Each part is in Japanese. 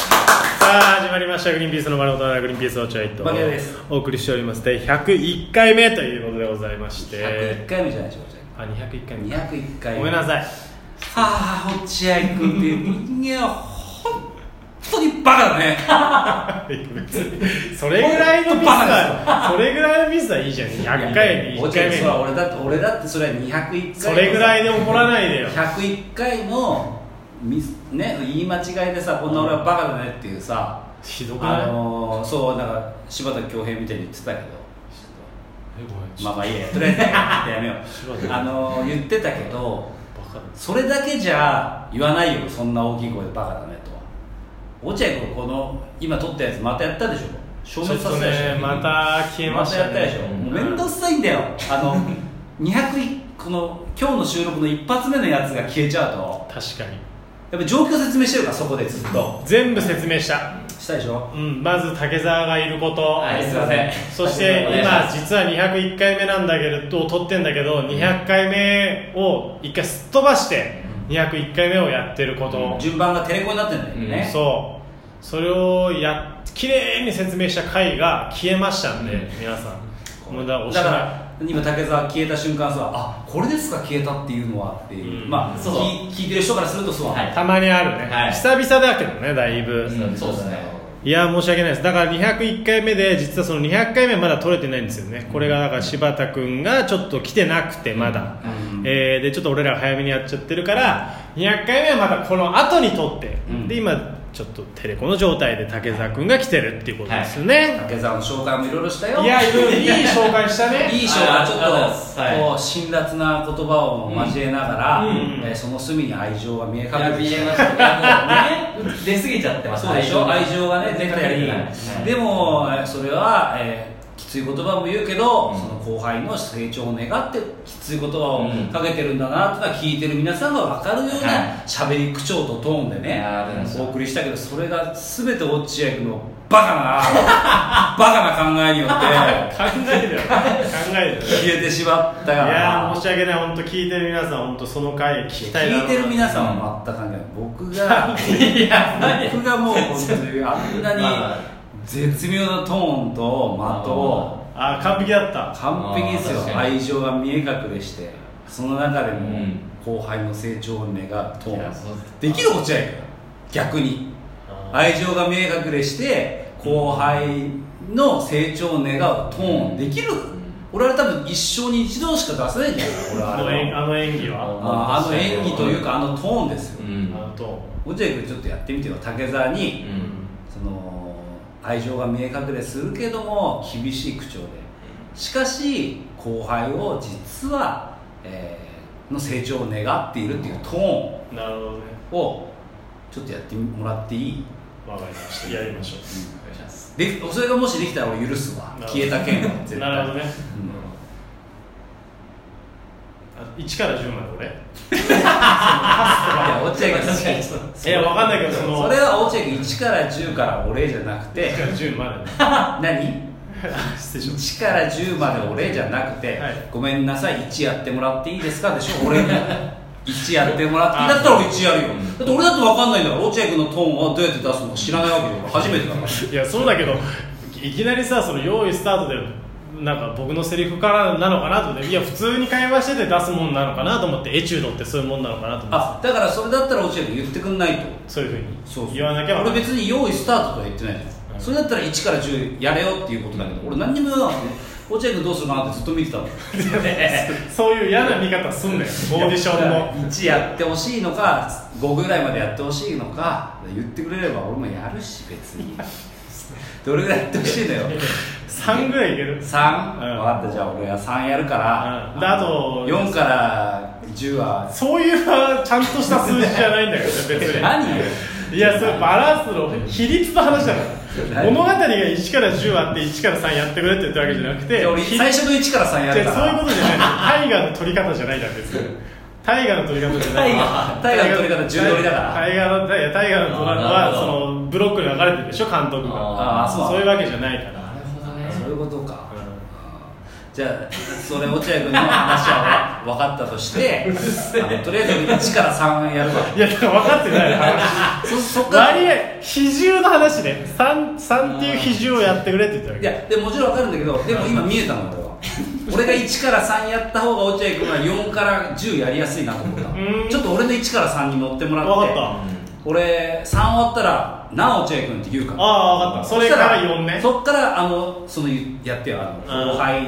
さあ始まりました「グリーンピースの丸の大人グリーンピースオーチャイト」バニラですお送りしております第101回目ということでございまして101回目じゃないでしょあ201回目か201回目ごめんなはさいあ落合君っていう人間は本当にバカだね別にそれぐらいのミスはそれぐらいのミスはいいじゃん100回に1回目そう俺だって俺だってそれは201回それぐらいで怒らないでよ101回のミス、ね、言い間違いでさこんな俺はバカだねっていうさひどくないあのー、そうなんか柴田恭平みたいに言ってたけどえごめんまあまあいいやとりあえずやめよう柴田あのー、言ってたけどバカだそれだけじゃ言わないよそんな大きい声でバカだねとは落合君この今撮ったやつまたやったでしょ消滅させたでしょちょっとねまた消えましたねまたやったでしょ、うんもう面倒くさいんだよあ の200この今日の収録の一発目のやつが消えちゃうと確かにやっぱ状況説明してるからそこでずっと全部説明したしたでしょうん、まず竹澤がいること、はいすいませんそしてお願いし今ま実は201回目なんだけれど撮ってんだけど200回目を一回すっ飛ばして201回目をやってること、順番がテレコになってんだよね、うんそうそれをやっきれいに説明した回が消えましたんで、皆さん無駄おしだかまら今竹澤消えた瞬間さあこれですか消えたっていうのはっていう、うんまあそう聞聞いてる人からするとそう、はいいたまにあるね、はい久々だけどねだいぶ、うんそうですねいや申し訳ないですだから201回目で実はその200回目まだ取れてないんですよねこれがだから柴田君がちょっと来てなくてまだ、うんえーでちょっと俺らが早めにやっちゃってるから200回目はまだこの後に取って、うんで今ちょっとテレコの状態で竹澤君が来てるっていうことですよね、竹澤の紹介もいろいろしたよい、やいろいろいい紹介したね いい紹介ちょっとありがとうございますはいこう辛辣な言葉を交えながら、うんえーその隅に愛情が見え隠いやれ見てえるましたね出過ぎちゃってますそうでしょ愛が情がね出たり、はいでもえーそれは、えーきつい言葉も言うけど、その後輩の成長を願ってきつい言葉うんをかけてるんだなってのは聞いてる皆さんが分かるようはな喋、り口調とトーンでいねやーでもそうお送りしたけどそれが全て落合君のバカな バカな考えによって考えるよ考えるよ消えてしまったいからやー申し訳ない本当聞いてる皆さん本当その回聞きたいな聞いてる皆さんは全く関係ない僕 が僕がもう本当にあんなに絶妙なトーンとあー完璧だった的完璧ですあー確よかに愛情が見え隠れしてその中でもうん後輩の成長を願うトいーやンそうできる落合君逆に愛情が見え隠れして後輩の成長を願うトーンできる俺は多分一生に一度しか出せないんじゃない俺はああれのは演あの演技はあーあの演技というかあのトーンですよ、うんあのと落合君ちょっとやってみてよ竹澤に、その愛情が見え隠れするけども厳しい口調でしかし後輩を実は、えーの成長を願っているっていうトーなるほどねンをちょっとやってもらっていいわかりましたやりましょお願いしますでそれがもしできたら俺許すわなるほど消えた件は絶う対なるほどねうんあ1から10まで俺いや落合君確かいにやわかんないけどそのそれは落合君1から10からお礼じゃなくて1から10まで何失礼しま1から10までお礼じゃなくて、はいごめんなさい1やってもらっていいですかでしょ俺に1やってもらっていいだったら俺1やるよだって俺だって分かんないんだから落合君のトーンをどうやって出すのか知らないわけだから初めてだからすいやそうだけどいきなりさその用意スタートでなんか僕のセリフからなのかなと思っていや普通に会話してて出すもんなのかなと思ってエチュードってそういうもんなのかなと思ってあだからそれだったら落合君言ってくんないとそういうふそううそにう言わなきゃわかん俺ない別に用意スタートとは言ってないじゃん、うんそれだったら1から10やれよっていうことだけど、俺何にも言わなくて落合君どうするかなってずっと見てたのそういう嫌な見方すんなよオーディションの1やってほしいのか5ぐらいまでやってほしいのか言ってくれれば俺もやるし別にどれぐらいやってほしいのよ3ぐらいいける 3? 分うんかったじゃあ俺は3やるから、うんであと4から10はそういうあちゃんとした数字じゃないんだけ どね別に何よいやそれバランスの比率の話だから何物語が1から10あって1から3やってくれって言ったわけじゃなくてじゃあ俺比率最初の1から3やじるゃかあらそういうことじゃない大河の取り方じゃないじゃん別に大河の取り方じゃない大河の取り方順取りだから大河のいや大河の取り方あーなるはほそどのブロックに分かれてるでしょ監督があーそうそういうわけじゃないからなるほどねそういうことか、うんあーじゃあそれ落合君の話は分かったとしてあのとりあえず1から3やるわいやだから分かってない話そそっから割合比重の話ね 3, 3っていう比重をやってくれって言ったわいけやでももちろん分かるんだけどでも今見えたの俺は俺が1から3やった方が落合君は4から10やりやすいなと思った うんちょっと俺の1から3に乗ってもらって分かっ俺3終わったら「なあ落合君」って言うかたらああ分かったそれから4ねそっからあのそのやってよあのうん後輩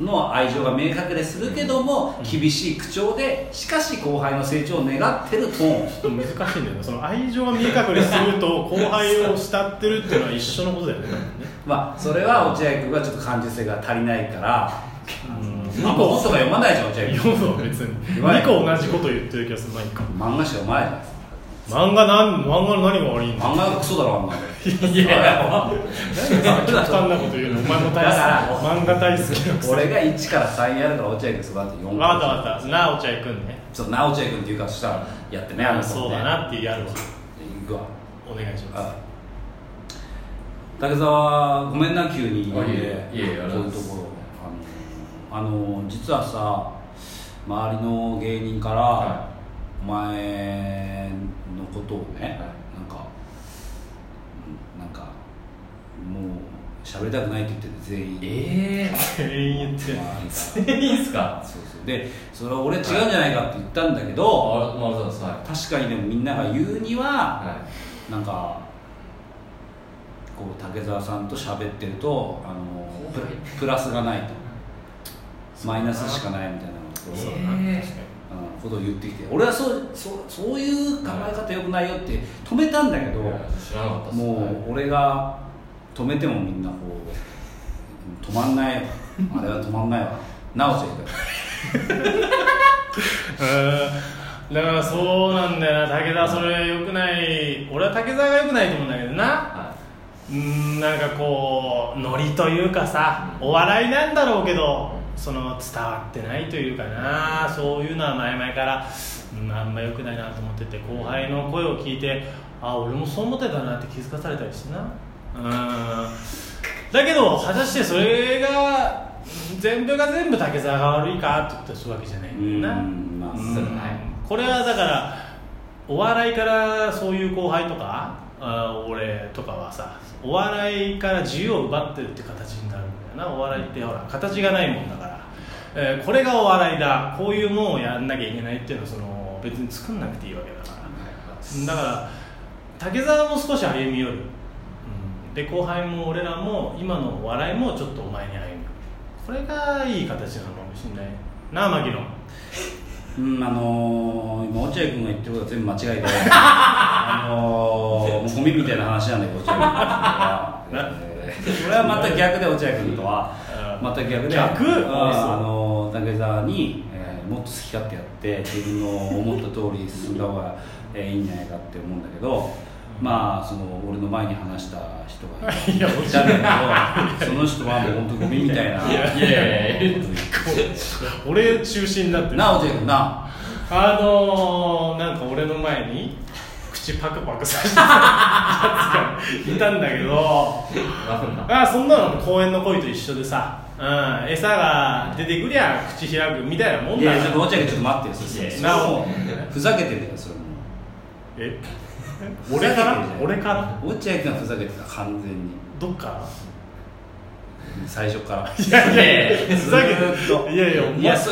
の愛情が明確でするけども、厳しい口調でしかし後輩の成長を願ってるトーンちょっと難しいんだよねその愛情が見え隠れすると後輩を慕ってるっていうのは一緒のことだよねまあそれは落合君がちょっと感受性が足りないからうん2個音が読まないじゃん落合君読むは別に言わない2個同じこと言ってる気がするまあいいか漫画しか読まないじゃないですか漫画なん漫画の何が悪いんだ漫画がクソだろあんなの いや極端なこと言うのお前も大好き漫画大好きなくせに俺が1から3やるから落合君その後4わかったわかったなあお茶行くんねちょっとなお落合君って言うからそしたらやってねあの子ねそうだなってやるわ行くわお願いしますあ竹澤ごめんな急にあいえいえいえありがことういうごうとざいますころあのあの実はさ周りの芸人から、はお前のことをね、なんかなんかもう喋りたくないって言ってて全員え全員言ってえー、いいっすかそうそうでそれは俺違うんじゃないかって言ったんだけど、あありがとうございますは確かにでもみんなが言うには、いはいなんかこう竹澤さんと喋ってるとあのププラスがないとマイナスしかないみたいなことを,、そうだうん、なえー確かにことを言ってきて俺はそうそうそういう考え方よくないよって止めたんだけど、いや知らなかったっすもう俺が止めてもみんなこう止まんないよあれは止まんないわ直せうんだからそうなんだよな武田それ良くない俺は武田が良くないと思うんだけどなはうんなんかこうノリというかさうんお笑いなんだろうけどその伝わってないというかなそういうのは前々から、うん、あんま良くないなと思ってて後輩の声を聞いてあ俺もそう思ってたなって気づかされたりしてなうんだけど果たしてそれが全部が全部竹澤が悪いかって言ったらそういうわけじゃないんだよなうんまあうんそうだねこれはだからお笑いからそういう後輩とかあ俺とかはさお笑いから自由を奪ってるって形になるんだよなお笑いってほら形がないもんだから、えーこれがお笑いだこういうもんをやんなきゃいけないっていうのはその別に作んなくていいわけだからだから竹澤も少し歩み寄る、うん、で後輩も俺らも今のお笑いもちょっとお前に歩み寄るこれがいい形なのかもしれないなあ牧野うん、あのー、今落合君が言ってることは全部間違いであのー、もうゴミみたいな話なんだけど落合君の話はえー俺はまた逆で落合君とはうんまた逆で逆うんそうあのー、竹澤に、えーもっと好き勝手やって自分の思った通り進んだ方が、えーいいんじゃないかって思うんだけどまあその俺の前に話した人がいいやいたんだけどその人はもう本当ゴミみたいないやいやいやこと言って俺中心になってるなあ落合君なあのー、なんか俺の前に口パクパクさせてたやつがいたんだけどなんだあそんなの公園の鯉と一緒でさ、うん、餌が出てくりゃ口開くみたいなもんいだやいよや、ちょっと落合君ちょっと待ってよ、そいやれいやそれはもう、ふざけてるよ、それもえう。俺からふざけてるじゃん俺から落合君はふざけてた、完全に。どっから最初から。いやいやいやふずざけてーっといやいやお前いや、そ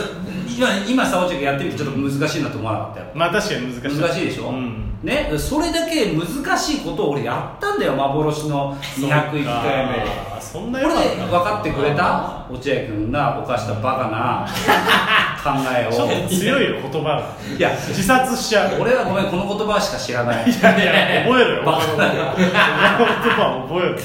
今、今さ、落合君やってみて、ちょっと難しいなと思わなかったよ。まあ確かに難しい難しいでしょ、うんね、それだけ難しいことを俺やったんだよ幻の201回目あーそんこなれでよかっ分かってくれたあ落合君が犯したバカな 考えたちょっをと強いよ言葉がいや自殺しちゃう俺はごめんこの言葉しか知らないやいいや覚えろよバカ俺の言葉覚えろ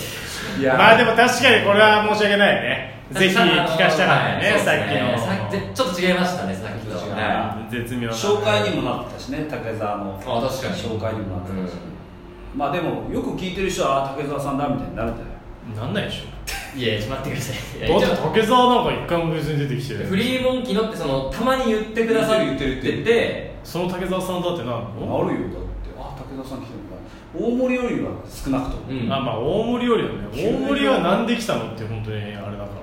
いやまあでも確かにこれは申し訳ないねぜひ聞かしたかったね、はいさそうっきのですねさちょっと違いましたねさっきとちょっと違うは絶妙な紹介にもなったしね竹澤のあ確かに紹介にもなったし、うまあでもよく聞いてる人はあ竹澤さんだみたいになるんじゃないなんないでしょいいやちょっと待ってくださいいやだっ一て応竹澤なんか一回も別に出てきてフないリーモンキーのってそのたまに言ってくださ言ってる言ってるっててその竹澤さんだってなんあるの、よだってあ竹澤さん来てるんだ大盛りよりは少なくとも、うんあまあ大盛りよりはね大盛りはなんで来たのって本当にあれだから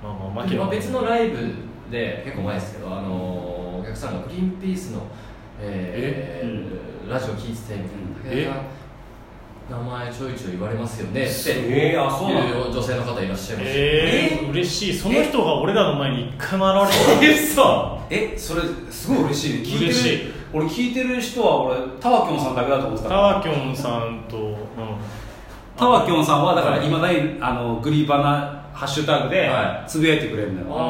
まあまあま牧野あ別のライブで結構前ですけどあのお客さんがグリーンピースの、えーラジオ聞いててみたいな武田が名前ちょいちょい言われますよねってすげえあそうなんだいう女性の方いらっしゃいましたえー、嬉しいその人が俺らの前に一回も現れ て嘘えそれすごい嬉しいね聞いてる嬉しい俺聞いてる人は俺タワキョンさんだけだと思ってたたタワキョンさんと、うん、タワキョンさんはだからいまだにあのグリバナハッシュタグではつぶやいてくれるんだよ、あー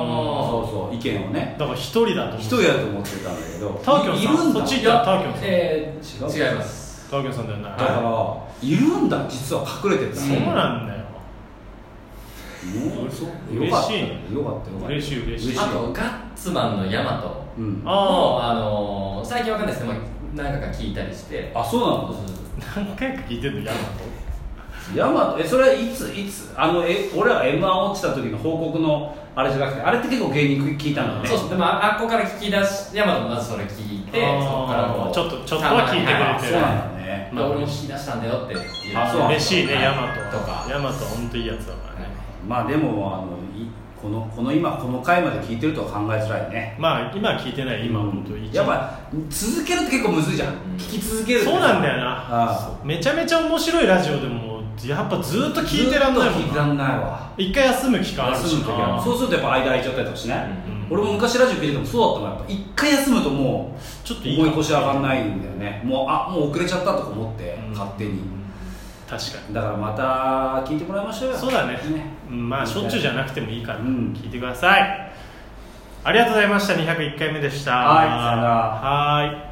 そうそう意見をねだから一人だと思う一人だと思ってたんだけどタワキョンさんいるんそだっちいやタワキョンさんえー違う違いますタワキョンさんだよね、だからいるんだ実は隠れてたそうなんだよもうそう嬉しいよかったよかったよかった嬉しい嬉しい嬉あとガッツマンのヤマトうんああもあの最近わかんないですけどまあ何回か聞いたりしてそうなのあ何回か聞いてんのヤマヤマトえそれはいついつあのえ俺ら m 1落ちた時の報告のあれじゃなくてあれって結構芸人聞いたんだよねそうそうでもああっこから聞き出しヤマトもまずそれ聞いてあーそこからこうちょっとちょっとは聞いてくれてはあはそうなんだねまあ、俺も聞き出したんだよっていうあそうト嬉しいねはいヤマトはとかヤマトは本当いいやつだからね、まあでもあのいこのこの今この回まで聞いてるとは考えづらいねまあ今は聞いてない今は本当一やっ番ぱ続けるって結構むずいじゃん、ん聞き続けるってそうなんだよあなめちゃめちゃ面白いラジオでもやっぱずっと聞いてらんないもずんっと聞いてらなんないわ一回休む期間あるし休む時はなそうするとやっぱ間空いちゃったりとかしてね、うん俺も昔ラジオ聞いててもそうだったのやっぱ一回休むともうちょっといいか思い越し上がんないんだよねもうあもう遅れちゃったとか思って、うん勝手に確かだからまた聞いてもらいましょうよにそうだねねうんまあしょっちゅうじゃなくてもいいからうん聞いてくださいありがとうございました201回目でしたはいさよならはーい